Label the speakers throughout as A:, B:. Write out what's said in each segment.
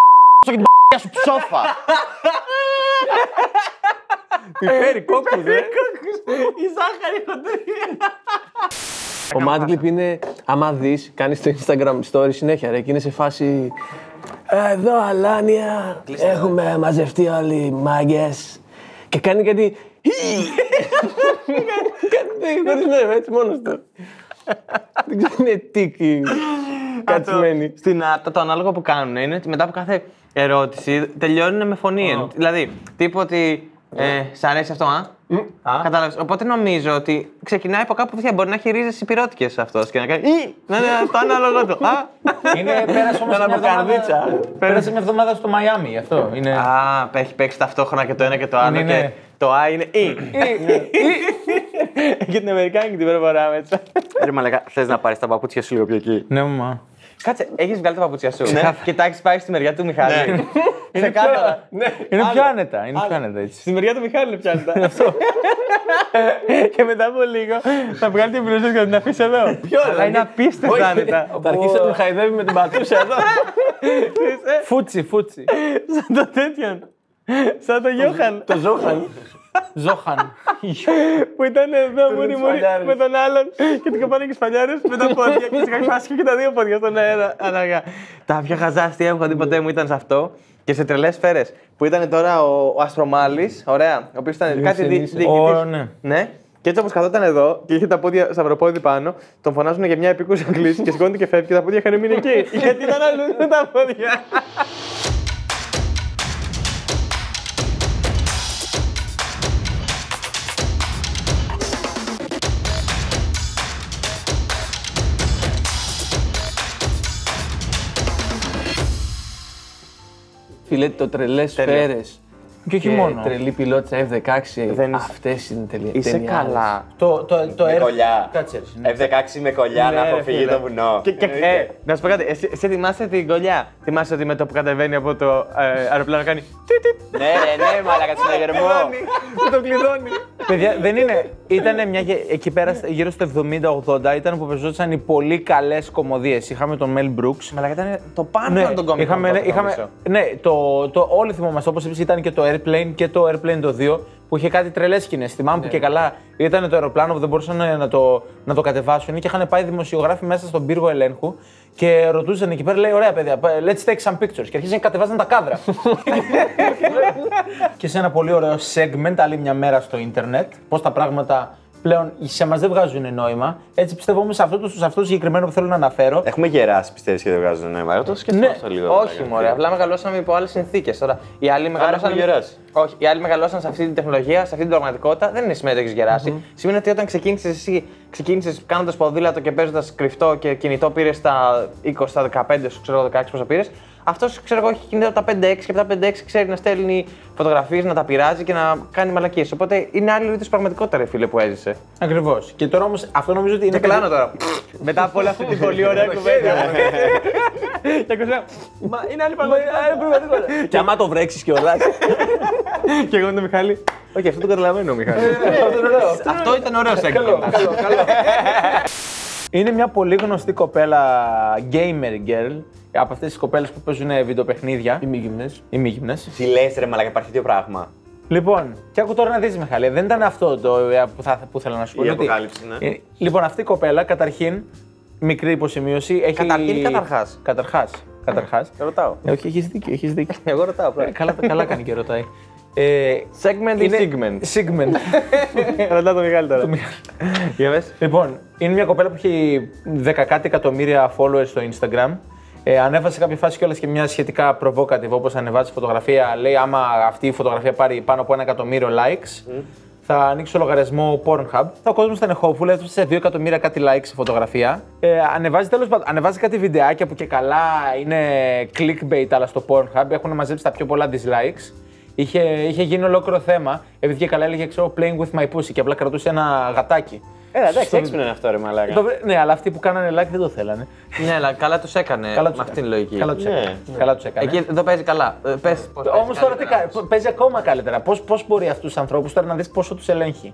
A: κάψω και την π***ια σου ψόφα.
B: Φέρει
C: tá
B: κόκκους, ε.
C: Η ζάχαρη χοντρή.
B: Ο Mad Clip είναι, άμα δεις, κάνει στο Instagram story συνέχεια, ρε, και είναι σε φάση... Εδώ, Αλάνια, έχουμε μαζευτεί όλοι οι μάγκες. Και κάνει κάτι... Κάτι χωρίς νόημα, έτσι μόνος του. Δεν ξέρω, είναι τίκι κατσιμένη.
C: Στην, α, το, το ανάλογο που κάνουν είναι ότι μετά από κάθε ερώτηση τελειώνουν με φωνή. Εν- Δηλαδή, τύπο ότι. Ε, σ' αρέσει αυτό, α. Κατάλαβες. Οπότε νομίζω ότι ξεκινάει από κάπου τέτοια. Μπορεί να έχει ρίζες υπηρώτικες αυτός και να κάνει. «Ι». Να είναι το ανάλογο του. Α,
D: Είναι, πέρασε όμως
C: Να
D: μια
C: αναποκαρδίτσα.
D: εβδομάδα, πέρασε μια εβδομάδα στο Μαϊάμι, γι' αυτό. Είναι...
C: Α, έχει παίξει ταυτόχρονα και το ένα και το άλλο.
D: Ναι, ναι.
C: Και το Α είναι Ι. Και την Αμερικάνικη την προβορά μέσα.
A: Ρε μαλακά, θες να πάρεις τα παπούτσια σου λίγο πιο εκεί.
D: Ναι, μα.
C: Κάτσε, έχεις βγάλει τα παπούτσια σου. Κοιτάξει, πάει στη μεριά του Μιχάλη. Ξεκάθαρα.
D: Είναι
C: Άλλο.
D: πιο άνετα, είναι πιο άνετα έτσι.
C: Ναι. Στη μεριά του Μιχάλη πιάνει τα. και μετά από λίγο θα βγάλει την πλούσια και θα την αφήσει εδώ. Ποιο Αλλά είναι απίστευτα άνετα.
B: Θα αρχίσει να τον χαϊδεύει με την πατούσα εδώ.
D: Φούτσι, φούτσι.
C: ε. Σαν το τέτοιον. Σαν το Γιώχαν
B: Το Ζόχαν.
D: Ζόχαν.
C: που ήταν εδώ μουρι
B: τις
C: μουρι
B: φαλιάρες.
C: με τον άλλον και την κοπάνε και σφαλιάρε με τα πόδια και σε φάση και τα δύο πόδια στον αέρα. Αναγκά. Τα πιο χαζάστια έχω δει ποτέ μου ήταν σε αυτό και σε τρελές σφαίρες που ήταν τώρα ο, ο Αστρομάλης, ωραία, ο οποίος ήταν κάτι δι,
D: Ιωσήνης. Ω,
C: διοικητής.
D: ναι.
C: Ναι. Και έτσι όπως καθόταν εδώ και είχε τα πόδια σταυροπόδι πάνω, τον φωνάζουν για μια επίκουσα κλίση και σηκώνεται και φεύγει και τα πόδια είχαν μείνει εκεί. Γιατί ήταν αλλού τα πόδια.
B: Φιλέ, το τρελές
C: Τέλεια.
B: σφαίρε.
D: Και όχι μόνο.
B: Τρελή πιλότσα F16.
C: Δεν είσαι-
B: Αυτές είναι τελείω.
C: Είσαι καλά.
D: Το, το, το έργο.
A: Κολλιά.
D: Κάτσε. ρε, ναι.
A: F16 με κολλιά να αποφύγει το βουνό.
C: Και, και, ε, να σου πω κάτι, εσύ, εσύ θυμάσαι την κολλιά. Θυμάσαι ότι με το που κατεβαίνει από το ε, αεροπλάνο κάνει. Τι, τι,
A: Ναι, ρε, ναι, μαλακά του
C: κλειδώνει. το κλειδώνει.
D: Παιδιά, δεν είναι. Ήταν μια, γε- εκεί πέρα στα- γύρω στο 70-80 ήταν που παίζονταν οι πολύ καλές κομμωδίες. Είχαμε τον Mel Brooks.
C: Μαλάκα ήταν το πάνω
D: Ναι,
C: των κομικών.
D: είχαμε, ναι,
C: τότε,
D: είχαμε,
C: νομίζω.
D: ναι, το, το, όλοι θυμόμαστε. Όπως είπες, ήταν και το Airplane και το Airplane το 2 που είχε κάτι τρελές σκηνές. Θυμάμαι
C: Ναι.
D: που και καλά ήταν το αεροπλάνο που δεν μπορούσαν ε, να το, να το κατεβάσουν και είχαν πάει δημοσιογράφοι μέσα στον πύργο ελέγχου και ρωτούσαν εκεί πέρα, λέει: Ωραία, παιδιά, let's take some pictures. Και αρχίζουν και κατεβάζαν τα κάδρα. και σε ένα πολύ ωραίο segment, άλλη μια μέρα στο ίντερνετ, πώς τα πράγματα πλέον σε μας δεν βγάζουν νόημα. Έτσι πιστεύω όμως σε αυτό το, σε αυτό το συγκεκριμένο που θέλω να αναφέρω.
A: Έχουμε γεράσει, πιστεύεις και δεν βγάζουν νόημα. Εγώ το σκεφτόμαστε λίγο.
C: Ναι. Όχι, μωρέ, απλά μεγαλώσαμε υπό άλλες συνθήκες. Τώρα, οι άλλοι μεγαλώσαν.
A: έχουμε γεράσει.
C: Όχι, οι άλλοι μεγαλώσαν σε αυτή την τεχνολογία, σε αυτή την πραγματικότητα. Δεν είναι σημαίνει ότι έχεις γεράσει. Σημαίνει ότι όταν ξεκίνησες εσύ, ξεκίνησες κάνοντας ποδήλατο και παίζοντας κρυφτό και κινητό, πήρες τα 20, τα 15, σου ξέρω 16 πόσα πήρες. Αυτός ξέρω εγώ έχει κινητό από τα 5-6 και από τα 5-6 ξέρει να στέλνει φωτογραφίες, να τα πειράζει και να κάνει μαλακίες. Οπότε είναι άλλη είδους πραγματικότητα, ρε φίλε, που έζησε.
D: Ακριβώς. Και τώρα όμως αυτό νομίζω ότι είναι.
C: Και κλάνω τώρα. Μετά από όλη αυτή την πολύ ωραία κουβέντα. Και ακούσαμε, Μα είναι άλλη πραγματικότητα.
B: Και άμα το βρέξεις και
C: Και εγώ με τον Μιχάλη. Όχι, αυτό το καταλαβαίνω,
A: Ναι,
C: Μιχάλη. Αυτό ήταν ωραίο
D: Καλό,
C: segment.
D: καλό, καλό. Είναι μια πολύ γνωστή κοπέλα gamer girl. Από αυτές τις κοπέλες που παίζουν βιντεοπαιχνίδια.
B: Οι μη γυμνές.
D: Οι μη γυμνές.
A: Τι λες, ρε, μαλακά, υπάρχει τέτοιο πράγμα.
D: Λοιπόν, και άκου τώρα να δεις Μιχαλή, δεν ήταν αυτό το ε, που, θα, που ήθελα να σου πω.
A: Η
D: γιατί-
A: αποκάλυψη, ναι.
D: Ε, Λοιπόν, αυτή η κοπέλα καταρχήν, μικρή υποσημείωση, έχει...
C: Καταρχήν ή καταρχάς?
D: Καταρχάς, καταρχάς.
C: Ρωτάω.
D: Ε, Όχι, έχεις δίκιο, έχεις δίκιο.
C: Εγώ ρωτάω
D: Ε,
C: απλά.
D: καλά, καλά κάνει και ρωτάει. Ε,
C: Segment ή segment.
D: Segment.
C: Ρωτάω τον Μιχάλη τώρα. Για πες.
D: Λοιπόν, είναι μια κοπέλα που έχει 10 κάτι εκατομμύρια followers στο Instagram. Ε, ανέβασε κάποια φάση κιόλας και μια σχετικά provocative, όπως ανεβάζει φωτογραφία. Λέει: Άμα αυτή η φωτογραφία πάρει πάνω από ένα εκατομμύριο likes, θα ανοίξω λογαριασμό Pornhub. Θα ο κόσμος ήταν hopeful, έφτασε σε 2 εκατομμύρια κάτι likes η φωτογραφία. Ε, ανεβάζει τέλος πάντων, ανεβάζει κάτι βιντεάκια που και καλά είναι clickbait, αλλά στο Pornhub έχουν μαζέψει τα πιο πολλά dislikes. Είχε, είχε γίνει ολόκληρο θέμα, επειδή και καλά έλεγε ξέρω, playing with my pussy και απλά κρατούσε ένα γατάκι.
C: Ε,
A: Έλα, εντάξει,
D: Στο-
A: έξυπνο είναι αυτό, ρε, μαλακά.
D: το βρε- ναι, αλλά αυτοί που κάνανε like δεν το θέλανε.
C: Ναι, αλλά καλά τους έκανε
D: Καλά
C: με
D: τους
C: αυτήν την
D: έκανε.
C: λογική.
D: Καλά τους
A: Ναι.
D: έκανε. Καλά τους έκανε.
C: Εκεί εδώ παίζει καλά. Ε, Πες. πώς παίζει
D: Όμως τώρα τι
C: καλύτερα.
D: κα- π- παίζει ακόμα καλύτερα. Πώς πώς μπορεί αυτούς τους ανθρώπους τώρα να δεις πόσο τους ελέγχει.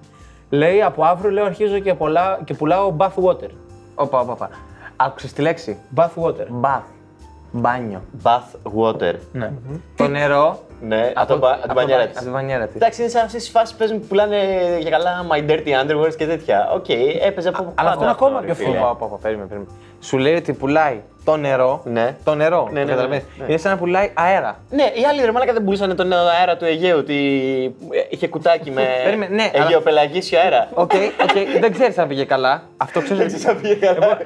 D: Λέει από αύριο λέω, αρχίζω και, πολλά, και πουλάω bath water.
C: Όπα, όπα, όπα. Άκουσες τη λέξη.
D: Bath water.
C: Bath. Μπάνιο.
A: Bath water.
D: Ναι.
C: Το νερό.
A: Ναι, από τον μπα- από την πανιέρα
C: Από
A: τη.
C: την πανιέρα της.
A: Εντάξει, είναι σαν αυτές τις φάσεις που πουλάνε για καλά My Dirty Underwears και τέτοια. Οκ, έπαιζε από
C: Αλλά αυτό είναι ακόμα
A: ρε
C: πιο
A: φίλε.
C: φοβερό. Από, περίμενε, περίμενε. Σου λέει ότι πουλάει το νερό.
A: Ναι.
C: Το νερό.
A: Ναι, ναι,
C: το καταλαβαίνεις.
A: ναι, ναι.
C: Είναι σαν να πουλάει αέρα.
A: Ναι, οι άλλοι ρε μάλακα δεν πουλούσαν τον αέρα του Αιγαίου, ότι είχε κουτάκι με
C: Περίμενε, ναι, αλλά-
A: αιγαιοπελαγίσιο αέρα.
C: Οκ, οκ, δεν ξέρεις αν πήγε καλά. Αυτό ξέρεις.
A: Δεν ξέρεις αν πήγε καλά.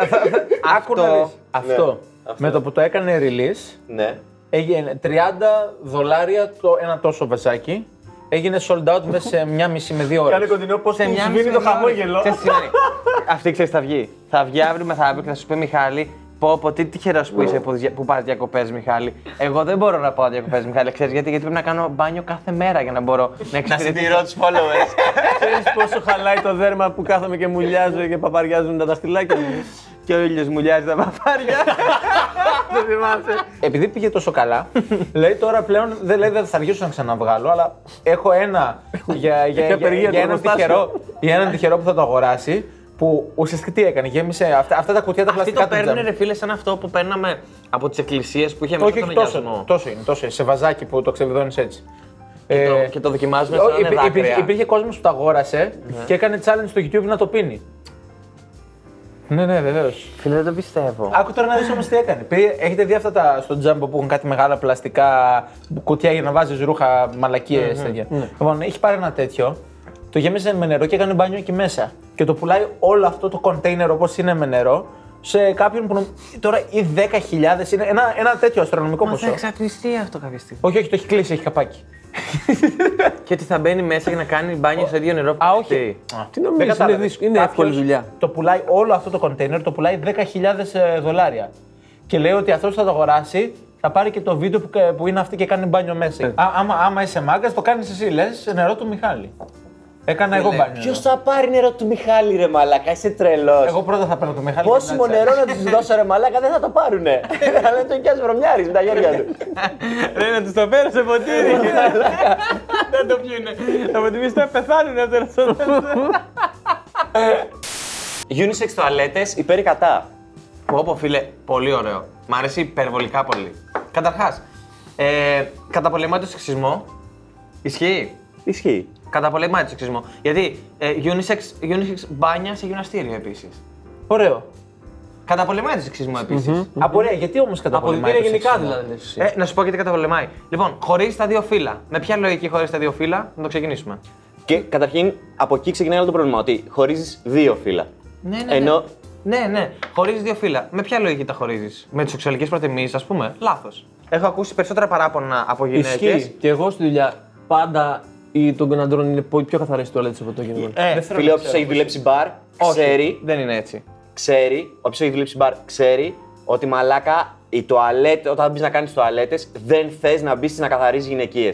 C: Άκου να δεις.
D: Αυτό.
A: αυτό.
D: Με το που το έκανε release,
A: Ναι.
D: έγινε 30 δολάρια το ένα τόσο βαζάκι. Έγινε sold out μέσα σε μια μισή με δύο ώρες.
E: κοντινό πώς
C: Σε μια μισή ώρα. Ξέρεις τι σημαίνει. Αυτή ξέρεις θα βγει. Θα βγει αύριο μεθαύριο και θα σου πει Μιχάλη, πω πω τι τυχερός που είσαι που, δια- που πας διακοπές Μιχάλη. Εγώ δεν μπορώ να πάω διακοπές Μιχάλη, ξέρεις γιατί, γιατί πρέπει να κάνω μπάνιο κάθε μέρα για να μπορώ να εξυπηρετήσω.
A: Συντηρώ του followers.
B: Ξέρεις πόσο χαλάει το δέρμα που κάθομαι και μουλιάζω και παπαριάζουν τα δαχτυλάκια μου.
C: και ο ήλιος μουλιάζει τα παπάρια. Το θυμάσαι.
D: Επειδή πήγε τόσο καλά, λέει τώρα πλέον δεν λέει δεν θα αργήσω να ξαναβγάλω, αλλά έχω ένα για, για, για,
B: απεργία
D: για
B: το
D: έναν
B: εργοστάσιο.
D: τυχερό, για έναν τυχερό που θα το αγοράσει. Που ουσιαστικά τι έκανε, γέμισε αυτά, αυτά τα κουτιά τα
C: Αυτοί
D: πλαστικά
C: το
D: του
C: παίρνουν
D: τζάμι.
C: ρε φίλε σαν αυτό που παίρναμε από τις εκκλησίες που είχε μέσα
D: Όχι,
C: τον
D: όχι, τόσο,
C: αγιασμό.
D: είναι, τόσο είναι, τόσο είναι, σε βαζάκι που το ξεβιδώνεις έτσι. Ε,
C: Το- Και το δοκιμάζουμε
D: ό,
C: σαν να είναι
D: υπή- υπήρχε,
C: δάκρυα. Ναι.
D: υπήρχε κόσμος που το αγόρασε και έκανε challenge στο YouTube να το πίνει. Ναι, ναι, βεβαίως.
C: Φίλε δεν το πιστεύω.
D: Άκου τώρα να δεις όμως τι έκανε. Πήρε- έχετε δει αυτά τα στο τζάμπο που έχουν κάτι μεγάλα πλαστικά κουτιά για να βάζεις ρούχα, μαλακίες, τέτοια. Λοιπόν, έχει πάρει ένα τέτοιο, το γέμισε με νερό και έκανε μπάνιο εκεί μέσα. Και το πουλάει όλο αυτό το κοντέινερ όπως είναι με νερό σε κάποιον που νομ- τώρα ή 10.000 είναι ένα, ένα τέτοιο αστρονομικό
C: Μα
D: ποσό.
C: θα εξατμιστεί αυτό κάποια στιγμή.
D: Όχι, όχι, το έχει κλείσει, έχει καπάκι.
C: Και ότι θα μπαίνει μέσα για να κάνει μπάνιο σε ίδιο νερό που
D: Α,
C: θα
D: όχι.
C: φταίει.
D: Α,
B: Ε, Τι νομίζεις,
D: δεν κατάλαβες.
B: είναι δύσκολο, είναι
D: Κάποιος
B: εύκολη δουλειά.
D: Το πουλάει όλο αυτό το κοντέινερ, το πουλάει 10.000 ε, δολάρια. Και λέει ότι αυτός θα το αγοράσει, θα πάρει και το βίντεο που, κα- που είναι αυτή και κάνει μπάνιο μέσα.
B: Ε.
D: Α, άμα, άμα είσαι μάγκας, το κάνεις εσύ, λες νερό του Μιχάλη. Έκανα
B: Ε, ναι,
D: εγώ μπάνιο.
A: Ποιος θα πάρει νερό του Μιχάλη, ρε μαλακά, είσαι τρελός.
D: Εγώ πρώτα θα παίρνω το Μιχάλη. και
A: Πόσιμο
D: μετά
A: νερό να τους δώσω, ρε μαλακά, δεν θα το πάρουνε. Θα λένε το οικιάζει βρωμιάρης με τα γέρια
C: Ναι.
A: του.
C: Ρε να τους το πέρασε ποτήρι. Δεν το πιούνε. Θα προτιμήσει να πεθάνουν ναι, από τον
A: Unisex τουαλέτε υπέρ ή κατά.
C: Πω πω φίλε, πολύ ωραίο. Μ' αρέσει υπερβολικά πολύ. Καταρχάς, ε, καταπολεμάει το σεξισμό. Ισχύει.
A: Ισχύει.
C: Καταπολεμάει το σεξισμό. Γιατί ε, unisex, unisex μπάνια σε γυμναστήριο επίσης.
D: Ωραίο.
C: Καταπολεμάει το σεξισμό επίσης.
D: Απορία, γιατί όμως καταπολεμάει. το σεξισμό?
C: Ε, να σου πω γιατί καταπολεμάει. Λοιπόν, χωρίς τα δύο φύλλα. Με ποια λογική χωρίς τα δύο φύλλα, να το ξεκινήσουμε.
A: Και καταρχήν από εκεί ξεκινάει όλο το πρόβλημα. Ότι χωρίζεις δύο φύλλα.
C: Ναι, ναι.
A: Ενώ
C: Ναι, ναι. ναι. Χωρίζεις δύο φύλλα. Με ποια λογική τα χωρίζεις, Με τις σεξουαλικές προτιμήσεις, ας πούμε. Λάθος. Έχω ακούσει περισσότερα παράπονα από γυναίκε.
B: Ισχύει. Και εγώ στη δουλειά πάντα ή των κοναντρών είναι πο- πιο καθαρές οι τουαλέτες από το γυναικών.
A: ε, φίλε, όποιος έχει δουλέψει μπαρ, ξέρει,
C: Δεν είναι έτσι.
A: ξέρει, όποιος έχει δουλέψει μπαρ, ξέρει ότι μαλάκα η τουαλέτα, όταν μπεις να κάνεις τουαλέτες, δεν θες να μπεις να καθαρίζεις γυναικείες.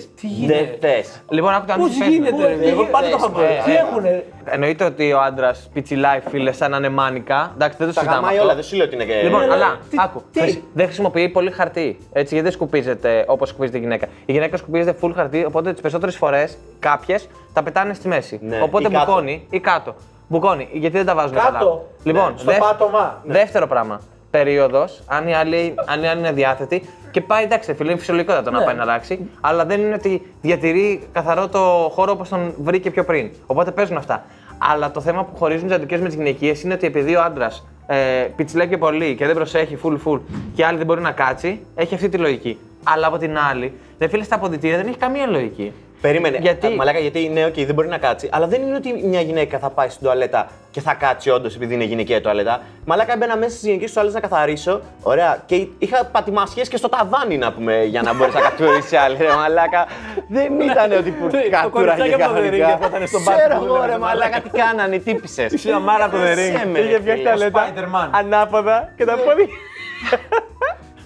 A: Δεν θες.
C: Λοιπόν, άκου το αν
B: Πώς
C: σου παίζουμε.
B: γίνεται, ρε, εγώ πάντα το είχα
A: Ε, ε,
B: πει. Τι
A: ε.
B: έχουνε.
C: Εννοείται ότι ο άντρας πιτσιλάει φίλες σαν να είναι μάνικα. Εντάξει, δεν το
A: Τα
C: συζητάμε.
A: γαμάει
C: αυτό.
A: όλα, δεν σου λέω ότι είναι και.
C: Λοιπόν,
A: ε,
C: αλλά
B: τι-
C: άκου.
B: τι?
C: χρησι- Δεν χρησιμοποιεί πολύ χαρτί. Έτσι, γιατί δεν σκουπίζεται όπως σκουπίζεται η γυναίκα. Η γυναίκα σκουπίζεται full χαρτί, οπότε τις περισσότερες φορές κάποιες τα πετάνε στη μέση.
A: Ναι,
C: οπότε
A: ή κάτω.
C: μπουκώνει ή κάτω. Μπουκώνει, γιατί δεν τα βάζουν
D: Κάτω.
C: καλά. Λοιπόν,
D: Ναι, στο πάτωμα. Ναι.
C: Δεύτερο πράγμα. Περίοδος, αν, η άλλη- αν η άλλη είναι διάθετη και πάει εντάξει, φίλε, είναι φυσιολογικό
D: Ναι.
C: το να πάει να αλλάξει, αλλά δεν είναι ότι διατηρεί καθαρό το χώρο όπως τον βρήκε πιο πριν. Οπότε παίζουν αυτά. Αλλά το θέμα που χωρίζουν τις αντικές με τι γυναικείε είναι ότι επειδή ο άντρας ε, πιτσιλάει και πολύ και δεν προσέχει, full full, και η άλλη δεν μπορεί να κάτσει, έχει αυτή τη λογική. Αλλά από την άλλη, δεν φίλε στα αποδητήρια δεν έχει καμία λογική.
A: Περίμενε.
C: Γιατί-
A: Α, Μαλάκα, γιατί είναι οκ, δεν μπορεί να κάτσει. Αλλά δεν είναι ότι μια γυναίκα θα πάει στην τουαλέτα και θα κάτσει όντως επειδή είναι γυναικεία τουαλέτα. Μαλάκα, έμπαινα μέσα στις γυναικέ τουαλέτες να καθαρίσω. Ωραία. Και είχα πατημασιές και στο ταβάνι να πούμε για να μπορείς να κατουρίσει άλλη. Ρε, μαλάκα. Δεν ήταν ότι που
B: Ναι, Το
A: κατούραγε
B: κοριτσάκι από το The Ring
A: κανονικά.
B: που ήταν στο μπάσκετ
A: Ξέρω
B: που
A: εγώ,
B: δούλευε,
A: ρε, μαλάκα, τι κάνανε, τύπησε.
B: Είσαι αμάρα από το The Ring.
A: Είχε φτιάξει
D: Spider-Man.
C: ανάποδα και τα πόδια.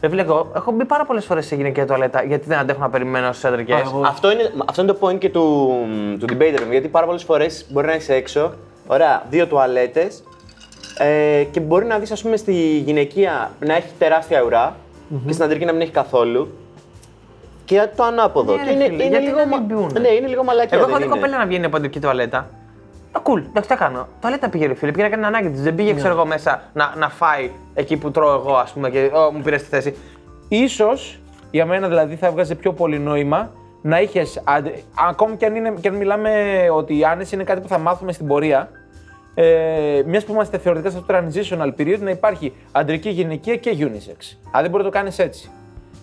C: Δεν βλέπω. Έχω μπει πάρα πολλές φορές σε γυναικεία τουαλέτα γιατί δεν αντέχω να περιμένω στις αντρικέ.
B: Α, εγώ-
A: Ε, Αυτό είναι, αυτό είναι το point και του, του debater μου, γιατί πάρα πολλές φορές μπορεί να είσαι έξω, ωραία, δύο τουαλέτες ε, και μπορεί να δεις, ας πούμε, στη γυναικεία να έχει τεράστια ουρά και στην αντρική να μην έχει καθόλου. Και το ανάποδο.
C: Ναι,
A: Και
C: ρε
A: είναι,
C: φίλε,
A: είναι
C: γιατί
A: λίγο,
C: δεν
A: μα-
C: την πιούνε.
A: ναι, είναι λίγο μαλακιά.
C: Εγώ
A: δεν
C: έχω δει
A: είναι.
C: κοπέλα να βγαίνει από αντρική τουαλέτα. Α, cool, εντάξει, τα κάνω. Τουαλέτα πήγε ρε φίλε, πήγε να κάνει την ανάγκη της. Δεν πήγε, ξέρω εγώ, μέσα να, να φάει εκεί που τρώω εγώ, ας πούμε, και «Ω, μου πήρε τη θέση.
D: Ίσως, για μένα δηλαδή θα έβγαζε πιο πολύ νόημα να είχες. Ακόμη και αν, είναι, και αν μιλάμε ότι οι άνεση είναι κάτι που θα μάθουμε στην πορεία. Ε, Μιας που είμαστε θεωρητικά στο transitional period, να υπάρχει αντρική, γυναικεία και unisex. Αν δεν μπορεί να το κάνεις έτσι.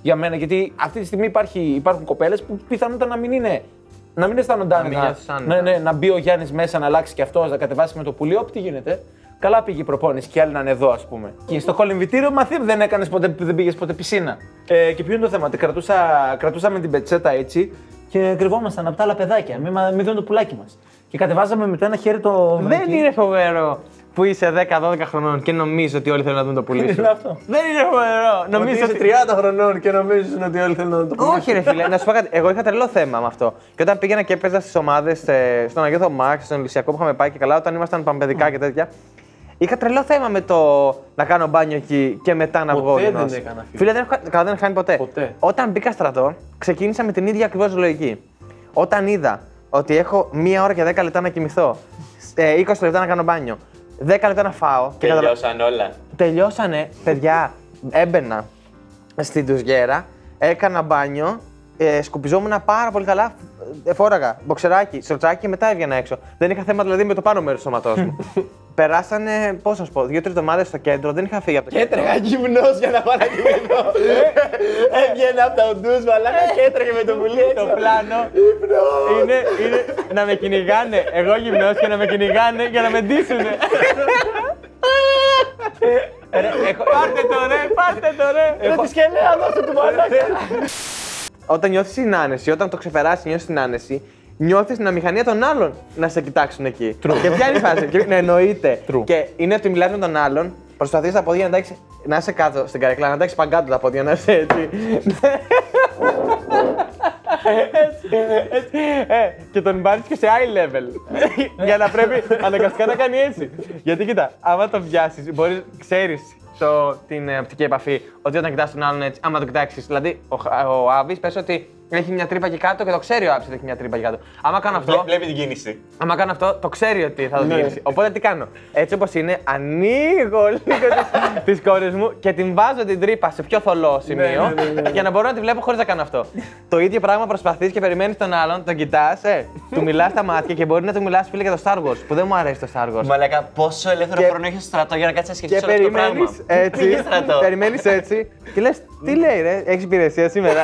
D: Για μένα, γιατί αυτή τη στιγμή υπάρχει, υπάρχουν κοπέλες που πιθανότατα να μην είναι. Να μην αισθάνονται
C: μην
D: άνετα.
C: νιώθεις άνετα.
D: ναι, ναι, να μπει ο Γιάννης μέσα, να αλλάξει και αυτός, να κατεβάσει με το πουλί. Όπ, τι γίνεται. Καλά πήγε η προπόνηση και οι άλλοι να είναι εδώ, ας πούμε. Και στο κολυμβητήριο, μα τι, δεν έκανες ποτέ, δεν πήγες ποτέ πισίνα. Ε, και ποιο είναι το θέμα, ότι κρατούσα, κρατούσαμε την πετσέτα έτσι και κρυβόμασταν από τα άλλα παιδάκια. Μην μη δουν το πουλάκι μας. Και κατεβάζαμε με το ένα χέρι το.
C: Δεν είναι φοβερό που είσαι 10-12 χρονών και νομίζω ότι όλοι θέλουν να δουν το πουλί σου.
D: Είναι αυτό.
C: Δεν είναι φοβερό. Νομίζω ότι.
D: 30 χρονών και νομίζουν ότι όλοι θέλουν να το
C: Όχι, ρε φίλε, να σου πω κάτι. Εγώ είχα τρελό θέμα με αυτό. Και όταν πήγαινα και έπαιζα στις ομάδες, στον Αγίο Θωμά, στον Λυσιακό που είχαμε πάει και καλά, όταν ήμασταν πανπαιδικά και τέτοια. Είχα τρελό θέμα με το να κάνω μπάνιο εκεί και μετά να βγω.
D: Ποτέ δεν
C: ουρινός.
D: έκανα, φίλε.
C: Φίλε, δεν έχω, καλά, δεν έχω κάνει ποτέ.
D: Ποτέ.
C: Όταν μπήκα στρατό, ξεκίνησα με την ίδια ακριβώς λογική. Όταν είδα ότι έχω μία ώρα και 10 λεπτά να κοιμηθώ, ε, 20 λεπτά να κάνω μπάνιο, 10 λεπτά να φάω και καταλα-
A: Τελειώσαν όλα.
C: Τελειώσανε, παιδιά. Έμπαινα στην τουζιέρα, έκανα μπάνιο, ε, σκουπιζόμουν πάρα πολύ καλά. ε, Φόραγα μποξεράκι, σορτσάκι, μετά έβγαινα έξω. Δεν είχα θέμα δηλαδή με το πάνω μέρος του σώματό μου. Περάσανε, πώς να σου πω, δύο-τρει εβδομάδες στο κέντρο, δεν είχα φύγει από το κέντρο.
A: Έτρεγα γυμνό για να πάω να κοιμηθώ. Έβγαινα από τα οντούς, μαλάκα και έτρεγε με το πουλί.
C: Το πλάνο είναι, είναι να με κυνηγάνε. Εγώ γυμνός και να με κυνηγάνε για να με ντύσουνε. Ε, Ρε, έχω- πάρτε το ρε, πάρτε το ρε.
A: Τη σκελέα, δώστε του μαλάκα.
C: όταν νιώθεις την άνεση, όταν το ξεπεράσει, νιώθεις την άνεση, νιώθεις την αμηχανία των άλλων να σε κοιτάξουν εκεί. Και ποια είναι η φάση. και, ναι, εννοείται.
D: True.
C: Και είναι ότι μιλάς με τον άλλον, προσπαθείς τα πόδια να εντάξει. Να είσαι κάτω στην καρέκλα, να τα έχεις παγκάτω τα πόδια, να είσαι έτσι. Έτσι, έτσι. Ε, και τον πάρει και σε eye level. Για να πρέπει αναγκαστικά να κάνει έτσι. Γιατί κοίτα, άμα τον πιάσει, μπορείς, ξέρεις την ε, οπτική επαφή, ότι όταν κοιτάς τον άλλον έτσι, άμα τον κοιτάξεις. Δηλαδή, ο, Χα- ο Άβης πες ότι έχει μια τρύπα και κάτω και το ξέρει ο Άβη ότι έχει μια τρύπα και κάτω. Άμα κάνω αυτό,
A: Βλέπει την κίνηση.
C: άμα κάνω αυτό, το ξέρει ότι θα το γυρίσει. Οπότε τι κάνω. Έτσι όπως είναι, ανοίγω λίγο τις κόρες μου και την βάζω την τρύπα σε πιο θολό σημείο για να μπορώ να τη βλέπω χωρίς να κάνω αυτό. το ίδιο πράγμα προσπαθείς και περιμένεις τον άλλον, τον κοιτάς, ε, του μιλάς στα μάτια και μπορεί να του μιλάς φίλε για το Star Wars που δεν μου αρέσει το Star Wars.
A: Μαλάκα, πόσο ελεύθερο
C: Και-
A: χρόνο έχει στρατό για να κάτσει να
C: Και
A: σκεφτεί όλο αυτό το
C: περιμένεις
A: πράγμα.
C: έτσι.
A: Πήγες στρατό.
C: Περιμένεις έτσι. Και λες, τι λέει, ρε, έχεις υπηρεσία σήμερα.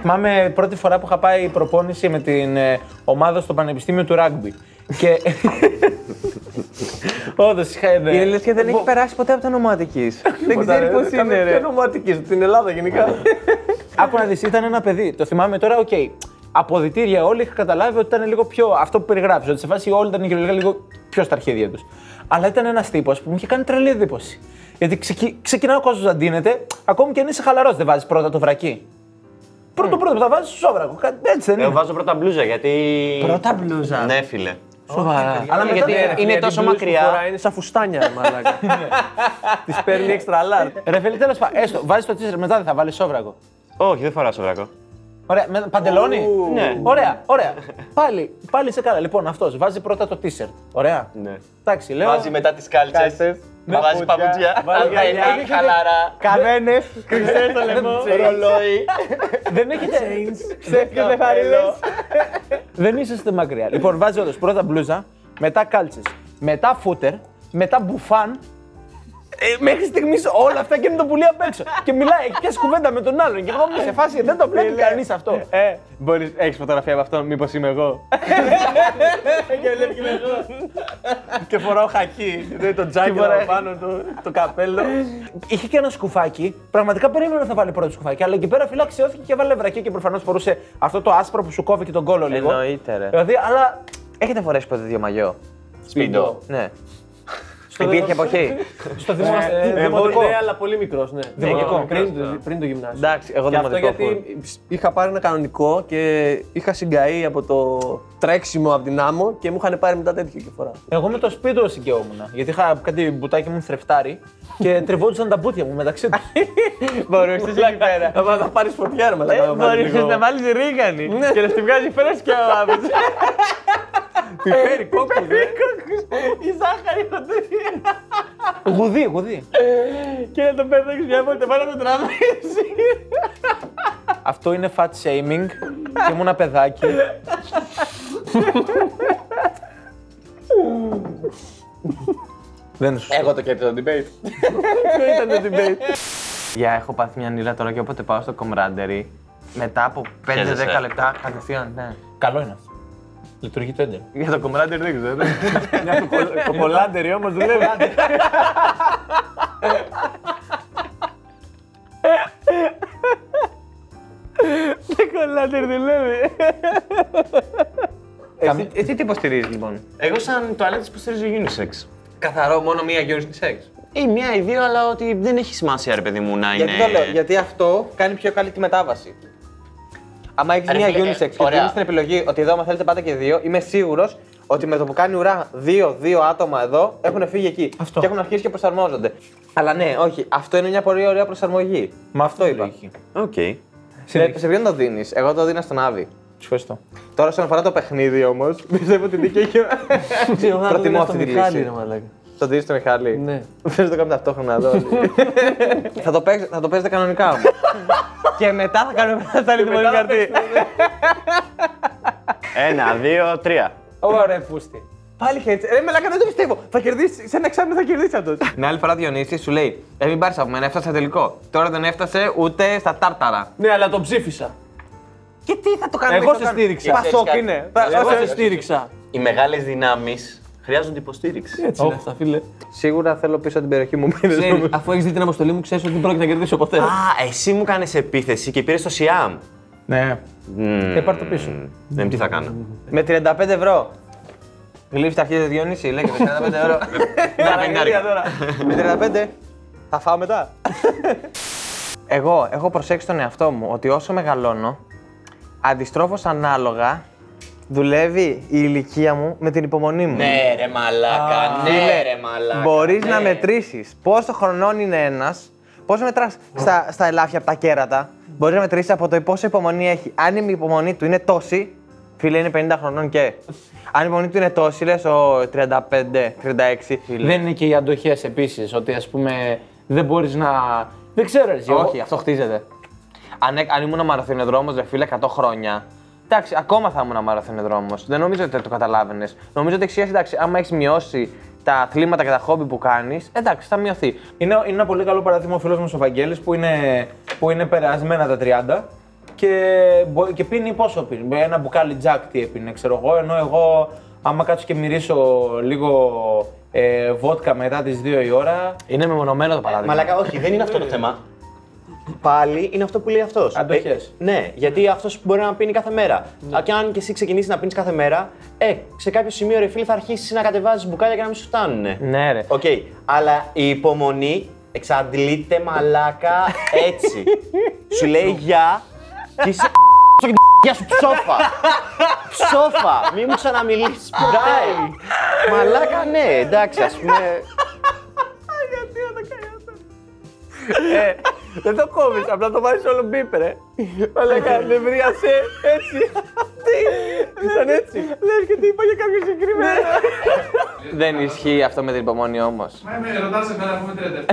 D: Θυμάμαι πρώτη φορά που είχα πάει προπόνηση με την ε, ομάδα στο Πανεπιστήμιο του Ράγκμπι. Και. Όντως είχα ε, ένα.
C: Είναι λε και δεν έχει περάσει ποτέ από το νοματική. Δεν
D: Τίποτα,
C: ξέρει
D: ρε.
C: πώς είναι,
D: Κάνε
C: ρε.
D: πιο νοματική στην Ελλάδα γενικά. Άκου να δεις, ήταν ένα παιδί. Το θυμάμαι τώρα, οκ. Αποδητήρια όλοι είχα καταλάβει ότι ήταν λίγο πιο. Αυτό που περιγράψω. Ότι σε φάση όλοι ήταν γεωλογικά λίγο πιο στα αρχίδια τους. Αλλά ήταν ένας τύπος που μου είχε κάνει τρελή εντύπωση. Γιατί ξεκι... ξεκινάει ο κόσμος να ντύνεται, ακόμη και αν είσαι χαλαρός, δεν βάζεις πρώτα το βρακί. Πρώτο πρώτο που τα βάζει, σόβρακο. Κάτι Έτσι δεν
A: Εγώ
D: είναι.
A: βάζω πρώτα μπλούζα γιατί.
D: Πρώτα μπλούζα.
A: Ναι, φίλε.
B: Σοβαρά.
A: Αλλά
B: Ναι,
A: μετά
B: γιατί
A: δεν-
B: ρε, φίλε,
A: είναι
B: την
A: τόσο
B: blues που
A: μακριά.
B: φοράει Είναι σαν φουστάνια, ρε μαλάκα. Τη παίρνει έξτρα λάρτ.
D: Ρε φίλε, τέλος πάντων, έστω, βάζεις το τσίσερ, μετά δεν θα βάλεις σόβρακο.
A: Όχι, δεν φοράω σοβρακό.
D: Ωραία, με παντελόνι.
A: Ναι.
D: Ωραία, ωραία. Πάλι, πάλι σε καλά. Λοιπόν, αυτός βάζει πρώτα το t-shirt. Ωραία.
A: Ναι.
D: Εντάξει, λέω.
A: Βάζει μετά τις κάλτσες,
C: Κάλτσες,
A: Βάζει παπούτσια.
D: βάζει
A: Αλλά
D: γυαλιά.
A: είναι χαλαρά.
C: Καβένε, κρυφτέ το λαιμό.
A: Ρολόι.
D: δεν έχετε.
C: Ξέφυγε χαρίλε.
D: δεν είσαστε μακριά. Λοιπόν, βάζει όντω πρώτα μπλούζα, μετά κάλτσες, μετά φούτερ, μετά μπουφάν. Ε, μέχρι στιγμής όλα αυτά και είναι το πουλί απ' έξω. και μιλάει και κουβέντα με τον άλλον. Και εγώ είμαι σε φάση, δεν το βλέπει κανείς αυτό.
C: Ε, μπορείς, έχεις φωτογραφία από αυτόν, μήπως είμαι εγώ.
D: και φοράω χακί. Δεν το τζάκι
C: φοράει-
D: πάνω, το, το καπέλο. Είχε και ένα σκουφάκι. Πραγματικά περίμενα να βάλει πρώτο σκουφάκι. Αλλά εκεί πέρα φυλαξιώθηκε και βάλε βρακί και προφανώς φορούσε αυτό το άσπρο που σου κόβει και τον κόλο λίγο.
C: Εννοείται, ρε.
D: Δηλαδή, αλλά.
C: Έχετε φορέσει ποτέ δύο μαγιό.
A: Σπίντο.
C: Ναι. Υπήρχε εποχή.
B: Στο δημο-
D: Ε,
B: δημοτικό.
D: δημοτικό.
B: Ναι, αλλά πολύ μικρός, ναι.
D: Δημοτικό.
B: Πριν, το- πριν το γυμνάσιο.
C: Εντάξει, εγώ
B: Και
C: δεν
B: αυτό
C: είμαι
B: γιατί είχα πάρει ένα κανονικό και είχα συγκαεί από το τρέξιμο από την άμμο και μου είχαν πάρει μετά τέτοιο και φορά.
D: Εγώ με το σπίτι συγκαιόμουν. Γιατί είχα κάτι μπουτάκι μου θρεφτάρι και τριβόντουσαν τα μπουτια μου μεταξύ τους.
C: Μπορούσες εκεί πέρα.
B: Θα θα πάρεις φωτιά ρε μετά.
C: Ναι. Μπορούσες να βάλεις ρίγανη και να στη βγάζει φρέσκια ο Άβης.
D: Πιπέρι, κόκκου.
C: Η ζάχαρη το τέτοιο.
D: Γουδί, γουδί.
C: Και να το παίρνει μια βόλτα πάνω από το τραπέζι.
D: Αυτό είναι fat shaming και ήμουν ένα παιδάκι. Δεν σου.
C: Εγώ το κέρδισα το debate.
D: δεν ήταν το debate.
C: Γεια, έχω πάθει μια νύρα τώρα και όποτε πάω στο κομράντερι, μετά από 5-10
A: Χαίρεσαι.
C: λεπτά κατευθείαν, ναι.
D: Καλό είναι αυτό. Λειτουργεί το έντερο.
C: Για το κομράντερι δεν ξέρω.
D: Ε, Κοπολάντερη όμως δουλεύει.
C: Κολάντερ δουλεύει. Εσύ, εσύ τι υποστηρίζεις λοιπόν.
A: Εγώ, σαν τουαλέτα, υποστηρίζω unisex.
C: Καθαρό, μόνο μία γιούρι σεξ.
A: Ή μία ή δύο, αλλά ότι δεν έχει σημασία, ρε παιδί μου, να είναι.
C: Γιατί το λέω, γιατί αυτό κάνει πιο καλή τη μετάβαση. Άμα έχεις
A: Ρε
C: μία
A: φίλε, ε,
C: unisex και
A: ωραία.
C: δίνει την επιλογή ότι εδώ, άμα θέλετε, πάτε και δύο, είμαι σίγουρος ότι με το που κάνει ουρά δύο-δύο άτομα εδώ έχουν φύγει εκεί.
D: Αυτό.
C: Και έχουν αρχίσει και προσαρμόζονται. Αλλά ναι, όχι, αυτό είναι μια πολύ ωραία προσαρμογή.
D: Μα αυτό
C: είπα.
D: είπα.
A: Οκ.
C: Ε, Σε ποιον το δίνεις, εγώ το δίνω στον Άβη.
D: Σου ευχαριστώ.
C: Τώρα, όσον αφορά το παιχνίδι όμως, πιστεύω ότι δίκαιο έχει. Προτιμώ αυτή τη λύση. Το δίνει στο Μιχάλη.
B: Ναι.
C: Θέλω να το κάνουμε ταυτόχρονα εδώ. όλοι. θα, το παίξ, θα το παίζετε κανονικά όμως. και μετά θα κάνουμε ένα άλλη τιμωρή καρτί.
A: Ένα, δύο, τρία.
D: Ωραία, φούστη.
C: Πάλι χέρι. Ρε μελάκα δεν το πιστεύω. Θα κερδίσει. Σε ένα εξάμεινο θα κερδίσει αυτός. Την άλλη φορά Διονύσης σου λέει Ε, μην πάρεις από μένα, έφτασε τελικό. Τώρα δεν έφτασε ούτε στα τάρταρα.
B: Ναι, αλλά τον ψήφισα.
C: Και τι θα το κάνουμε.
B: Εγώ
C: θα
B: σε
C: το κάνουμε.
B: στήριξα.
C: Πασόκ είναι.
B: Εγώ σε στήριξα.
A: Οι μεγάλες δυνάμεις χρειάζονται υποστήριξη.
B: Έτσι είναι αυτά, φίλε.
C: Σίγουρα θέλω πίσω την περιοχή μου. μήνες
B: Ξέρεις,
D: Ναι,
C: μου.
B: αφού έχεις δει την αποστολή μου, ξέρεις ότι δεν πρόκειται να κερδίσω ποτέ.
A: Α, εσύ μου κάνεις επίθεση και πήρες το Σιάμ.
D: Ναι. Ε, πάρ' το πίσω.
A: Ναι, τι θα κάνω.
C: Με 35 ευρώ. Γλύφει τα αρχίδια Διονύσης, λέει και 35 ευρώ.
A: πενιάρικα.
C: τώρα. Με 35 θα φάω μετά. Εγώ έχω προσέξει τον εαυτό μου ότι όσο μεγαλώνω, αντιστρόφως ανάλογα, δουλεύει η ηλικία μου με την υπομονή μου.
A: Ναι, ρε μαλάκα. Ναι, ρε
C: Ε,
A: μαλάκα. Ναι.
C: Μπορείς να μετρήσεις πόσο χρονών είναι ένας, πόσο μετράς στα, στα ελάφια από τα κέρατα. Μπορείς να μετρήσεις από το πόσο υπομονή έχει. Αν η υπομονή του είναι τόση, φίλε είναι 50 χρονών και. Αν η υπομονή του είναι τόση, λες ο 35, 36 φίλε.
A: Ναι,
D: Δεν είναι και οι αντοχές επίσης. Ότι ας πούμε δεν μπορείς να. Δεν ξέρω, εσύ.
C: Όχι, αυτό χτίζεται. Αν, έκ- αν ήμουν μαραθωνιοδρόμος, ρε φίλε, 100 χρόνια. Εντάξει, ακόμα θα ήμουν μαραθωνιοδρόμο. Δεν νομίζω ότι το καταλάβαινες. Νομίζω ότι εξηγεί, εντάξει, άμα έχεις μειώσει τα αθλήματα και τα χόμπι που κάνεις, εντάξει, θα μειωθεί.
D: Είναι, είναι ένα πολύ καλό παράδειγμα ο φίλος μου ο Βαγγέλης που είναι, που είναι περασμένα τα 30 και, μπο- και πίνει πόσο πίνει. Ένα μπουκάλι τζακ τι έπινε, ξέρω εγώ. Ενώ εγώ, άμα κάτσω και μυρίσω λίγο ε, βότκα μετά τις 2 η ώρα.
C: Είναι μεμονωμένο το παράδειγμα.
A: Μαλάκα, όχι, δεν είναι αυτό το θέμα. Πάλι είναι αυτό που λέει αυτός.
D: Αντοχές.
A: ναι, γιατί αυτός μπορεί να πίνει κάθε μέρα. Α, Και αν και εσύ ξεκινήσεις να πίνεις κάθε μέρα, ε, σε κάποιο σημείο ρε φίλε θα αρχίσεις να κατεβάζεις μπουκάλια και να μην σου φτάνουν.
C: Ναι, ρε.
A: Οκ, αλλά η υπομονή εξαντλείται μαλάκα έτσι. σου λέει γεια και είσαι και την γεια σου ψόφα. ψόφα, μη μου ξαναμιλήσεις ποτέ. μαλάκα ναι, εντάξει ας πούμε.
C: Δεν το κόβεις, απλά το βάζεις όλο μπίπερ. ε. Μαλάκα, νευρίασε έτσι. Τι, ήταν έτσι. Λες και τι είπα για κάποιο συγκεκριμένο. Δεν ισχύει αυτό με την υπομονή όμως.
E: Μα με ρωτάς εμένα που είμαι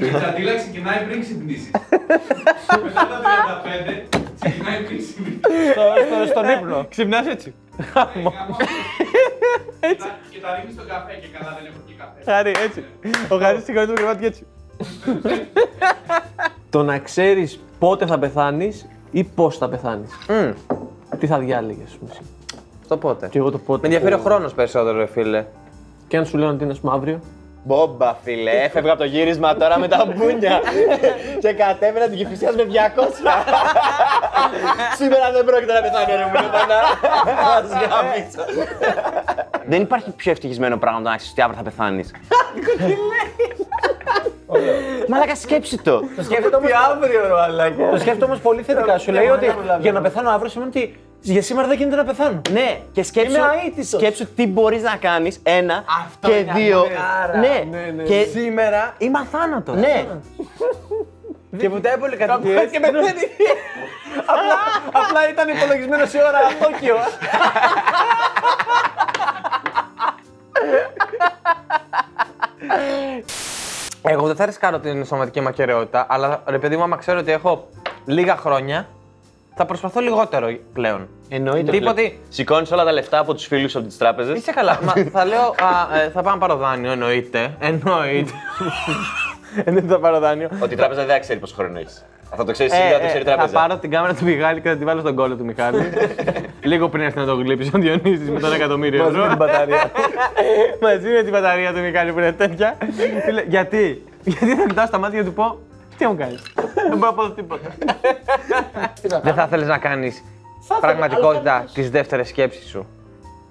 E: 37. Η ξαντήλα ξεκινάει πριν ξυπνήσεις. Μετά τα 35 ξεκινάει πριν ξυπνήσεις.
D: στον
C: Ε,
D: ύπνο.
C: Ξυπνάς έτσι.
E: Και τα ρίχνεις στον καφέ και καλά δεν έχω και καφέ.
C: Χάρη, έτσι. Ο Χάρη σηκώνει το κρεβάτι και έτσι.
B: Το να ξέρεις πότε θα πεθάνεις ή πώς θα πεθάνεις. Τι θα διάλεγες, ας πούμε. εσύ.
C: Το πότε.
B: Και εγώ το πότε.
C: Με ενδιαφέρει ο
B: που-
C: χρόνος περισσότερο, ρε φίλε.
B: Και αν σου λένε ότι είναι, ας πούμε, αύριο.
A: Μπόμπα, φίλε, έφευγα από το γύρισμα τώρα με τα μπούνια και κατέβαινα την κυφυσιά με 200. Σήμερα δεν πρόκειται να πεθάνω, ρε μου, είπα να μας γαμίσω. Δεν υπάρχει πιο ευτυχισμένο πράγμα από το να ξέρεις ότι αύριο θα πεθάνεις. Μαλάκα σκέψη το.
D: Το σκέφτομαι όμως πολύ θετικά. Σου λέει ότι για να πεθάνω αύριο σημαίνει ότι για σήμερα δεν γίνεται να πεθάνω.
A: Ναι, και σκέψου,
D: Είμαι αήτιστος.
A: σκέψου τι μπορείς να κάνεις, ένα και δύο. Ναι, και...
C: Σήμερα είμαι αθάνατος.
A: Ναι,
C: Και βουτάει πολύ κάτι.
D: Και πεθαίνει. απλά, απλά ήταν υπολογισμένο η ώρα Τόκιο.
C: Εγώ δεν θα ρισκάρω την σωματική μου ακαιρεότητα, αλλά ρε παιδί μου, άμα ξέρω ότι έχω λίγα χρόνια, θα προσπαθώ λιγότερο πλέον.
A: Εννοείται.
C: Τίποτε.
A: Τίποτε. Σηκώνεις όλα τα λεφτά από τους φίλους από τις τράπεζες.
C: Είσαι καλά. Μα, θα λέω, α, ε, θα πάω να πάρω δάνειο, εννοείται. Εννοείται. Ε, Δεν θα πάρω δάνειο.
A: Ότι η τράπεζα δεν ξέρει πόσο χρόνο έχεις. Αυτό το ξέρεις
C: Ε,
A: σίγουρα, το
C: ε,
A: ξέρει η
C: θα
A: τράπεζα.
C: πάρω την κάμερα του Μιχάλη και θα την βάλω στον κόλλο του Μιχάλη. Λίγο πριν έρθει να τον γλύψει ο Διονύσης με τον εκατομμύριο ευρώ. Μαζί με την μπαταρία του Μιχάλη που είναι τέτοια. Του λέω, Γιατί, γιατί θα κοιτάω στα μάτια και του πω τι μου κάνεις. Δεν μπορώ να πω τίποτα. Δεν θα θέλεις να κάνεις πραγματικότητα τις δεύτερες σκέψεις σου.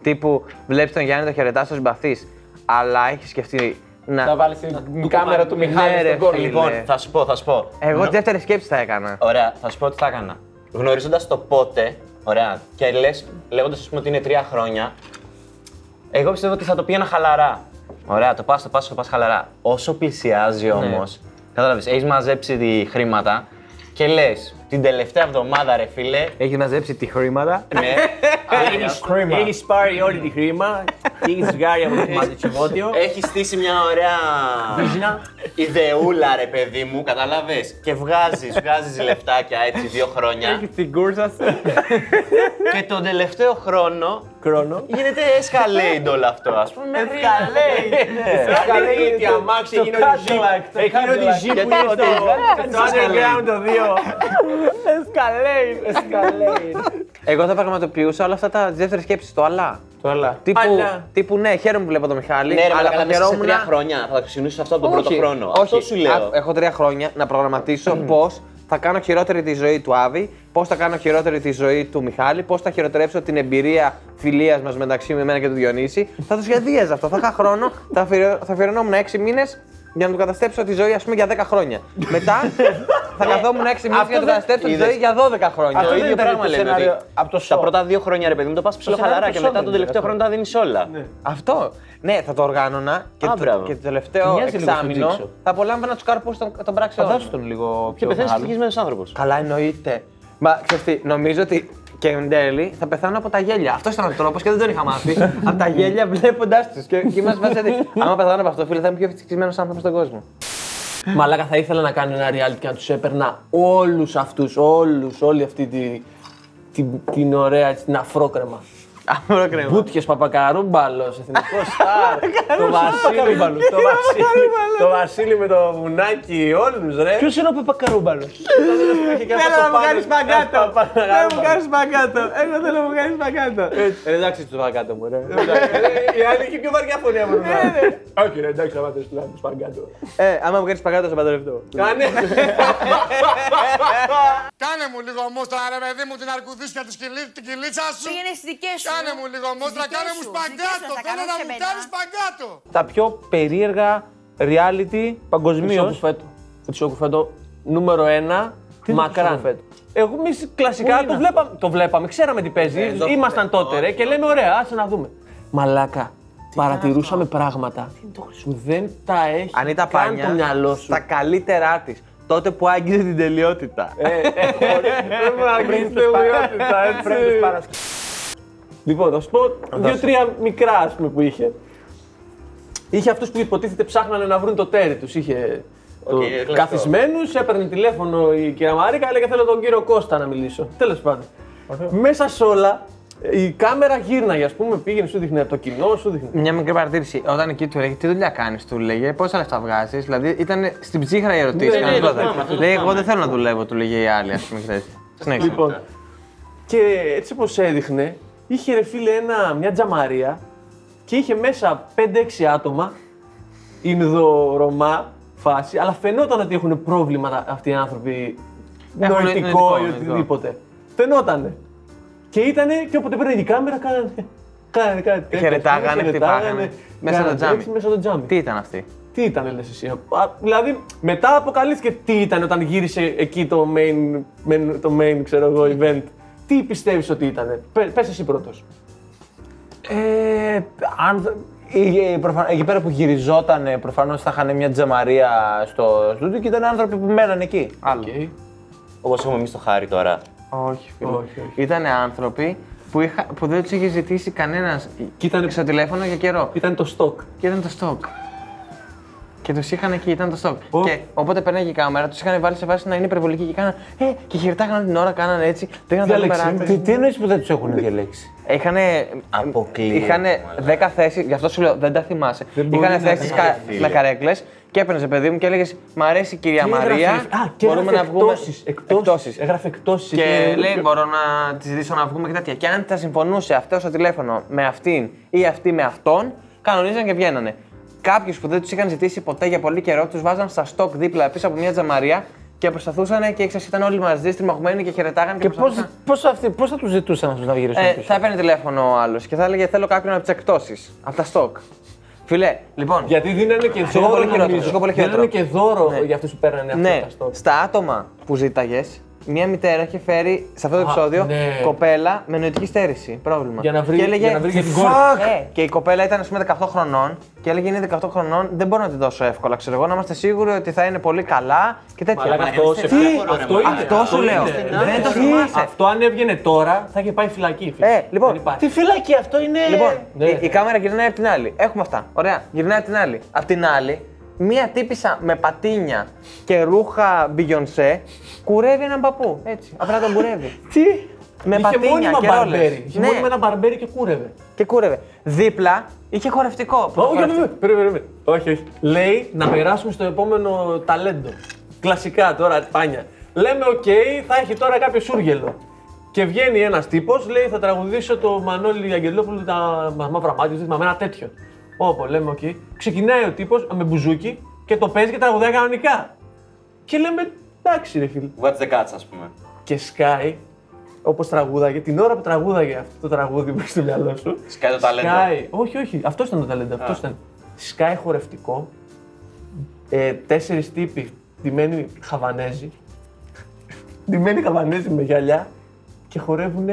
C: Τύπου βλέπεις τον Γιάννη, το χαιρετάς, τον συμπαθείς, αλλά έχεις σκεφτεί
D: Θα
C: να.
D: βάλεις την κάμερα του Μιχάλη
C: Ναι,
D: στον
C: ρε,
D: κόλλο.
C: φίλε.
D: Λοιπόν,
A: Λοιπόν, θα σου πω, θα σου πω.
C: Εγώ
A: Νο-
C: τι δεύτερε σκέψει θα έκανα.
A: Ωραία, θα σου πω τι θα έκανα. Γνωρίζοντας το πότε, ωραία, και λες, λέγοντας ότι είναι τρία χρόνια, εγώ πιστεύω ότι θα το πήγαινα χαλαρά. Ωραία, το πας, το πας, το πας χαλαρά. Όσο
C: Ναι.
A: πλησιάζει όμως, κατάλαβες, έχεις μαζέψει τη χρήματα και λες την τελευταία εβδομάδα, ρε φίλε,
C: Έχει μαζέψει τη χρήματα.
A: ναι,
D: κρίμα.
B: Έχει πάρει όλη τη χρήμα και έχει βγάλει από το μαζετσιβότιο.
A: έχει στήσει μια ωραία ιδεούλα, ρε παιδί μου, κατάλαβε. Και βγάζεις, βγάζεις λεφτάκια έτσι δύο χρόνια.
C: Την κούρσα
A: και τον τελευταίο χρόνο
B: Κρόνο.
A: Γίνεται escalate όλο αυτό, ας πούμε. Ναι.
B: Καλή η αμάξι, εκείνο τη Jeep. Εκείνο τη Jeep που είναι στο στο underground το δύο. Escalate. Escalate.
C: Εγώ θα πραγματοποιούσα όλα αυτά τα δεύτερες σκέψεις του, αλλά.
D: το έλα.
C: Τύπου,
B: Αλλά.
C: τύπου ναι, χαίρομαι που βλέπω τον Μιχάλη.
A: Ναι, ρε,
C: αλλά
A: αλλά
C: θα
A: καλά, μέσα σε
C: χαιρόμουν.
A: τρία χρόνια θα ξεκινήσει αυτό από τον πρώτο
C: Όχι,
A: χρόνο.
C: Όχι,
A: Αυτό σου λέω.
C: Α, έχω τρία χρόνια να προγραμματίσω πώς θα κάνω χειρότερη τη ζωή του Άβη, πώς θα κάνω χειρότερη τη ζωή του Μιχάλη, πώς θα χειροτερέψω την εμπειρία φιλίας μας μεταξύ μου εμένα και του Διονύση. θα το σχεδίαζα αυτό. θα είχα χρόνο, θα, αφιερω- θα αφιερωνόμουν έξι μήνες για να του καταστρέψω τη ζωή, ας πούμε, για 10 χρόνια. Μετά θα καθόμουν 6 μήνε για να του καταστρέψω τη
A: Ε, είδες.
C: ζωή για 12 χρόνια.
A: Το
D: Αυτό
A: ίδιο
D: δεν ήταν
A: πράγμα
D: το
A: λέμε.
D: σενάριο
A: Ότι
D: από το
A: τα
D: show.
A: πρώτα δύο χρόνια, ρε παιδί μου, το πας ψηλό χαλαρά
D: σενάριο
A: και
D: του show
A: μετά
D: δεν
A: τον
D: είναι,
A: τελευταίο
D: αυτό.
A: χρόνο τα δίνεις όλα.
C: Αυτό. Ναι, θα το οργάνωνα και,
A: Α,
C: το,
A: μπράβο.
C: και το τελευταίο
D: Μοιάζει λίγο στον
C: εξάμεινο
D: Τζίξο.
C: θα απολάμβανα του καρπού των, των πράξεων.
D: Θα δώσω τον λίγο
A: Και
D: πιο
A: πεθαίνεις
D: μεγάλο.
A: ευτυχισμένος άνθρωπος.
C: Καλά, εννοείται. Μα ξέρεις τι, νομίζω ότι και εν τέλει θα πεθάνω από τα γέλια. Αυτό ήταν ο τρόπος και δεν τον είχα μάθει. από τα γέλια βλέποντάς τους. Και, και είμαστε μέσα ότι άμα πεθάνω από αυτό, φίλε, θα είμαι πιο ευτυχισμένος άνθρωπος στον κόσμο.
F: Μαλάκα θα ήθελα να κάνω ένα reality και να τους έπαιρνα όλους αυτούς, όλους, όλη αυτή τη, την, την ωραία, έτσι, την αφρόκρεμα.
C: Αμόρα κρέμα.
F: Μπούτιες παπακαρούμπαλος, εθνικός στάρ, το Βασίλη, το Βασίλη, το Βασίλη με το βουνάκι, όλους ρε.
B: Ποιος είναι ο Παπακαρούμπαλος.
C: Θέλω να μου κάνει παγκάτο. Θέλω να μου κάνεις παγκάτο. Εγώ θέλω να μου Ε, κάνει παγκάτο.
B: Ε, Εντάξει, του παγκάτω μου, ρε. Ε,
F: Η άλλη έχει πιο βαριά φωνή από
B: Όχι, ρε, εντάξει, θα πάτε του παγκάτω.
C: ναι. Ε, άμα μου κάνει παγκάτο, θα παντρευτώ.
E: Κάνε μου λίγο μόστρα, ρε παιδί μου, την αρκουδίσια της κυλί, την κυλίτσα σου.
G: Πήγαινε στις δικές σου.
E: Κάνε μου λίγο μόστρα,
G: Δικές
E: κάνε μου
G: σου, δικές
E: σπαγκάτο.
G: σου θα
E: Θέλω
G: κάνω,
E: να
G: όχι
E: μου
G: εμένα.
E: κάνεις σπαγκάτο.
D: Τα πιο περίεργα reality παγκοσμίως.
F: Κουφέτο. Φουτσό κουφέτο, νούμερο ένα, μακράν.
B: Εγώ εμείς κλασικά το βλέπαμε, το βλέπαμε, ξέραμε τι
F: Ε,
B: παίζει. Ήμασταν τότε ρε, και λέμε ωραία, άσε να δούμε.
F: Μαλάκα, παρατηρούσαμε πράγματα που δεν τα έχει
C: Αν ήταν
F: καν το μυαλό
C: πάνια,
F: σου.
C: στα καλύτερά της. Τότε που άγγιζε την τελειότητα.
B: Ε.
C: Πρέπει να άγγιζε την τελειότητα, έτσι.
B: Λοιπόν, θα σου πω δύο-τρία μικρά ας πούμε, που είχε. Είχε αυτούς που υποτίθεται ψάχνανε να βρουν το τέρι τους. Είχε
A: κλασικό.
B: καθισμένους, έπαιρνε τηλέφωνο η κυρία Μαρίκα, έλεγε Θέλω τον κύριο Κώστα να μιλήσω. Τέλος πάντων. Μέσα σε όλα η κάμερα γύρναγε, ας πούμε, πήγαινε, σου δείχνει από το κοινό, σου δείχνει.
C: Μια μικρή παρατήρηση. Όταν εκεί του λέγε τι δουλειά κάνεις, του λέγε πόσα λεφτά βγάζεις. Δηλαδή ήταν στην ψύχρα η ερωτήση.
B: Ναι,
C: κανένα
B: ναι, το
C: τίποτα. Λέει, εγώ δεν θέλω να δουλεύω, του λέγε η άλλη, ας πούμε. ξέρεις. Συνέχισε.
B: Λοιπόν, και έτσι όπως έδειχνε, είχε ρε φίλε ένα, μια τζαμαρία και είχε μέσα 5-6 άτομα, Ινδο-Ρωμά φάση, αλλά φαινόταν ότι έχουν πρόβλημα τα- αυτοί οι άνθρωποι,
C: Έχουν
B: νοητικό
C: νοητικό,
B: ή
C: νοητικό.
B: οτιδήποτε. Φαινότανε. Και ήτανε, και όποτε παίρνει η κάμερα κάνανε, κάνανε κάτι τέτοιο.
C: Χαιρετάγανε,
B: χαιρετάγανε,
C: χτυπάγανε. Μέσα
B: κάνανε
C: στο τζάμι.
B: έτσι, Μέσα στο τζάμι.
C: Τι ήταν αυτή.
B: Τι ήταν, λες εσύ. Α, δηλαδή, μετά αποκαλύφθηκε τι ήταν όταν γύρισε εκεί το main, main- το main ξέρω εγώ, event. Τι πιστεύεις ότι ήταν. Πε εσύ πρώτος.
D: Ε, αν, δ- ε, προφα- εκεί πέρα που γυριζόταν, προφανώς θα είχαν μια τζαμαρία στο στούντιο και ήταν άνθρωποι που μέναν εκεί.
A: Όπως έχουμε εμείς το χάρι τώρα.
C: Όχι,
B: Όχι, όχι.
C: Ήταν άνθρωποι που, είχα, που δεν τους είχε ζητήσει κανένας
B: Κοίτανε-
C: στο τηλέφωνο για καιρό.
B: Ήταν το stock.
C: Και ήταν το στόκ. Και τους είχαν εκεί, ήταν το στόκ. Και οπότε περνάει η κάμερα, τους είχαν βάλει σε βάση να είναι υπερβολική και κάναν. Ε, και χαιρετάγανε την ώρα, κάνανε έτσι. Το είχαν τα νούμερα.
D: Τι, τι εννοείς που δεν τους έχουν διαλέξει.
C: Είχανε,
A: Αποκλείεται,
C: είχανε 10 θέσεις, γι' αυτό σου λέω δεν τα θυμάσαι. Είχαν θέσει με καρέκλες και έπαιρνες παιδί μου και έλεγες Μ' αρέσει η κυρία Μαρία. μπορούμε να βγούμε. Εκτόσεις.
B: Έγραφε εκτόσεις.
C: Και λέει: Μπορώ να τη ζητήσω να βγούμε και τέτοια. Και αν θα συμφωνούσε αυτό στο τηλέφωνο με αυτήν ή αυτή με αυτόν, κανονίζαν και βγαίνανε. Κάποιους που δεν τους είχαν ζητήσει ποτέ για πολύ καιρό, τους βάζαν στα στόκ δίπλα πίσω από μια τζαμαρία και προσπαθούσαν και ξέρεις, ήταν όλοι μαζί στριμωγμένοι και χαιρετάγαν.
D: Και
C: προσπαθούσαν-
D: πώς θα τους ζητούσαν αυτούς να γυρίσουν
C: ε,
D: πίσω.
C: θα έπαιρνε τηλέφωνο ο άλλος και θα έλεγε Θέλω κάποιον από τις εκτόσεις, από τα στόκ. Φιλέ, λοιπόν.
B: Γιατί δίνανε και
C: είναι πολύ
B: δώρο.
C: χειρότερο,
B: νομίζω.
C: είναι πολύ χειρότερο.
B: Δίνανε και δώρο
C: Ναι.
B: για αυτούς που παίρνανε αυτά
C: ναι,
B: τα στόκ.
C: στα άτομα που ζήταγες, μία μητέρα είχε φέρει σε αυτό το επεισόδιο
B: ναι.
C: κοπέλα με νοητική στέρηση. Πρόβλημα.
B: Για να βρει-
C: και έλεγε,
B: για να βρει και την
C: «Fuck!»
B: κόρη.
C: Ε, και η κοπέλα ήταν, ας πούμε, 18 χρονών και έλεγε Είναι 18 χρονών, δεν μπορώ να τη δώσω εύκολα. Ξέρω εγώ, να είμαστε σίγουροι ότι θα είναι πολύ καλά και τέτοια.
B: Αυτό σε Αυτό είναι. Ναι.
C: Αυτό σου λέω. Δεν το θυμάσαι.
B: Αυτό αν έβγαινε τώρα θα είχε πάει φυλακή. φίλε.
C: Ε, λοιπόν,
B: Δεν υπάρχει.
D: Τι φυλακή αυτό είναι.
C: Λοιπόν,
B: Ναι.
C: η, η κάμερα γυρνάει από την άλλη. Έχουμε αυτά. Ωραία. Γυρνάει από την άλλη. Απ' την άλλη, μία τύπησα με πατίνια και ρούχα Beyoncé κουρεύει έναν παππού. Έτσι. Απλά τον κουρεύει.
B: Τι.
C: Με
B: είχε
C: πατίνια
B: μόνιμα
C: και ρόλες.
B: μπαρμπέρι. Είχε
C: Ναι.
B: μόνιμα ένα μπαρμπέρι και κούρευε.
C: και κούρευε. Δίπλα είχε χορευτικό. Που το
B: Όχι, όχι,
C: χορευτικό-
B: όχι, περίμενε, περίμενε. Όχι, όχι. Λέει να περάσουμε στο επόμενο ταλέντο. Κλασικά τώρα, πάνια. Λέμε, οκ, θα έχει τώρα κάποιο σούργελο. Και βγαίνει ένας τύπος, λέει θα τραγουδήσω το Μανώλη Αγγελόπουλο τα μα- μαύρα μάτια, του, με ένα τέτοιο. Όπω λέμε, οκ. Ξεκινάει ο τύπος με μπουζούκι και το παίζει και τραγουδάει κανονικά. Και λέμε, εντάξει, ρε φίλε.
G: What's the cuts, ας πούμε.
B: Και σκάει, όπως τραγούδαγε, την ώρα που τραγούδαγε αυτό το τραγούδι που έχεις στο μυαλό σου,
G: Σκάει το ταλέντο.
B: Σκάει. Όχι, όχι. Αυτό ήταν το ταλέντο. Αυτό ήταν. Σκάει χορευτικό. Ε, Τέσσερις τύποι ντυμένοι χαβανέζοι. ντυμένοι χαβανέζοι με γυαλιά και χορεύουν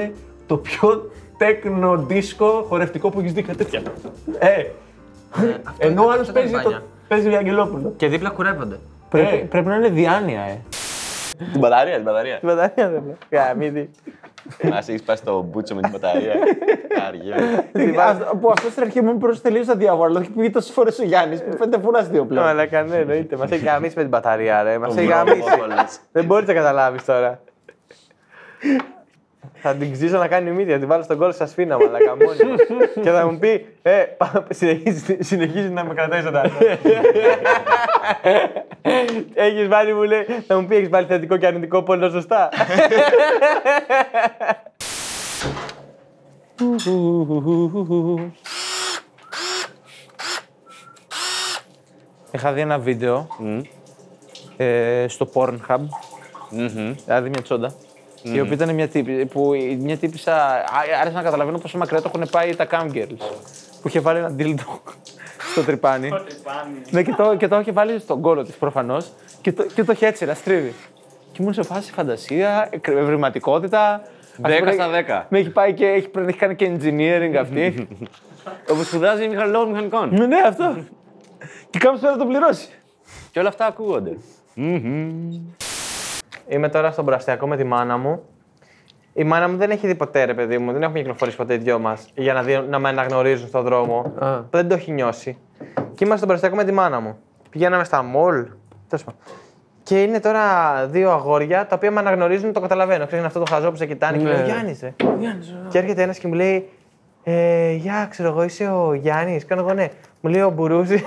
B: το πιο τέκνο δίσκο χορευτικό που έχεις δει. κάτι Τέτοια. Ε, ενώ ο άλλο
C: αυτό
B: παίζει,
C: ήταν
B: το,
C: μπάνια.
B: παίζει Αγγελόπουλο. Ε,
C: Και δίπλα κουρεύονται.
B: Πρέπει,
D: Ε, Πρέπει να είναι διάνοια, ε.
G: Την μπαταρία, την μπαταρία.
C: Μετάνια δεν λέω. Γαμίδι.
G: Μα έχεις πάει στο μπούτσο με την μπαταρία. Αργία.
D: Αυτό- Που αυτός στην αρχή μου προ τελείω αδιάβολο. Έχει πει τόσες φορές ο Γιάννης. Μου φαίνεται φούλα αστείο πλέον.
C: Αλλά Ε. κανένα εννοείται. Μας έχει γαμίσει με την μπαταρία, ρε. Μα
G: Ο
C: έχει γαμίσει.
G: Βρωμόπολος.
C: Δεν μπορείς να καταλάβεις τώρα. θα την ξύσω να κάνει μύτη, θα την βάλω στον κόλλο σα φίνα, μαλακά μόνη μου. και θα μου πει, Ε, πα- συνεχίζει, συνεχίζει να με κρατάει ζωντανό. έχεις βάλει, μου λέει, θα μου πει, έχεις βάλει θετικό και αρνητικό πόλο σωστά.
D: Είχα δει ένα βίντεο ε, στο Pornhub. Δηλαδή μια τσοντα Η οποία ήταν μια, τύπη, που η- μια τύπησα. α- Άρεσε να καταλαβαίνω πόσο μακριά το έχουν πάει τα cam girls. Που είχε βάλει ένα dildo στο τρυπάνι. ναι, και, το, και το είχε βάλει στον κόλο της προφανώς. Και, το- και το είχε έτσι να στρίβει. Και ήμουν σε φάση φαντασία, εκ- ευρηματικότητα. Ας
G: 10
D: πούμε,
G: στα 10.
D: Ναι, έχει πάει και έχει, έχει κάνει και engineering αυτή.
G: Όπου σπουδάζει μηχανολόγο μηχανικών.
D: ναι, ναι, αυτό. και κάποιος πρέπει να το πληρώσει.
G: Και όλα αυτά ακούγονται.
C: Είμαι τώρα στον Πραστιακό με τη μάνα μου. Η μάνα μου δεν έχει δει ποτέ, ρε παιδί μου. Δεν έχουμε κυκλοφορήσει ποτέ οι δυο μας για να, δει, να με αναγνωρίζουν στον δρόμο. Δεν το έχει νιώσει. Και είμαστε στον Πραστιακό με τη μάνα μου. Πηγαίναμε στα μολ. τέλος πάντων. Και είναι τώρα δύο αγόρια τα οποία με αναγνωρίζουν, το καταλαβαίνω. Ξέρεις, είναι αυτό το χαζό που σε κοιτάνε και λέει Γιάννη, ρε. Και έρχεται ένας και μου λέει ε, Γεια, ξέρω εγώ, είσαι ο Γιάννης. Κάνω εγώ ναι. Μου λέει ο Μπουρούσης.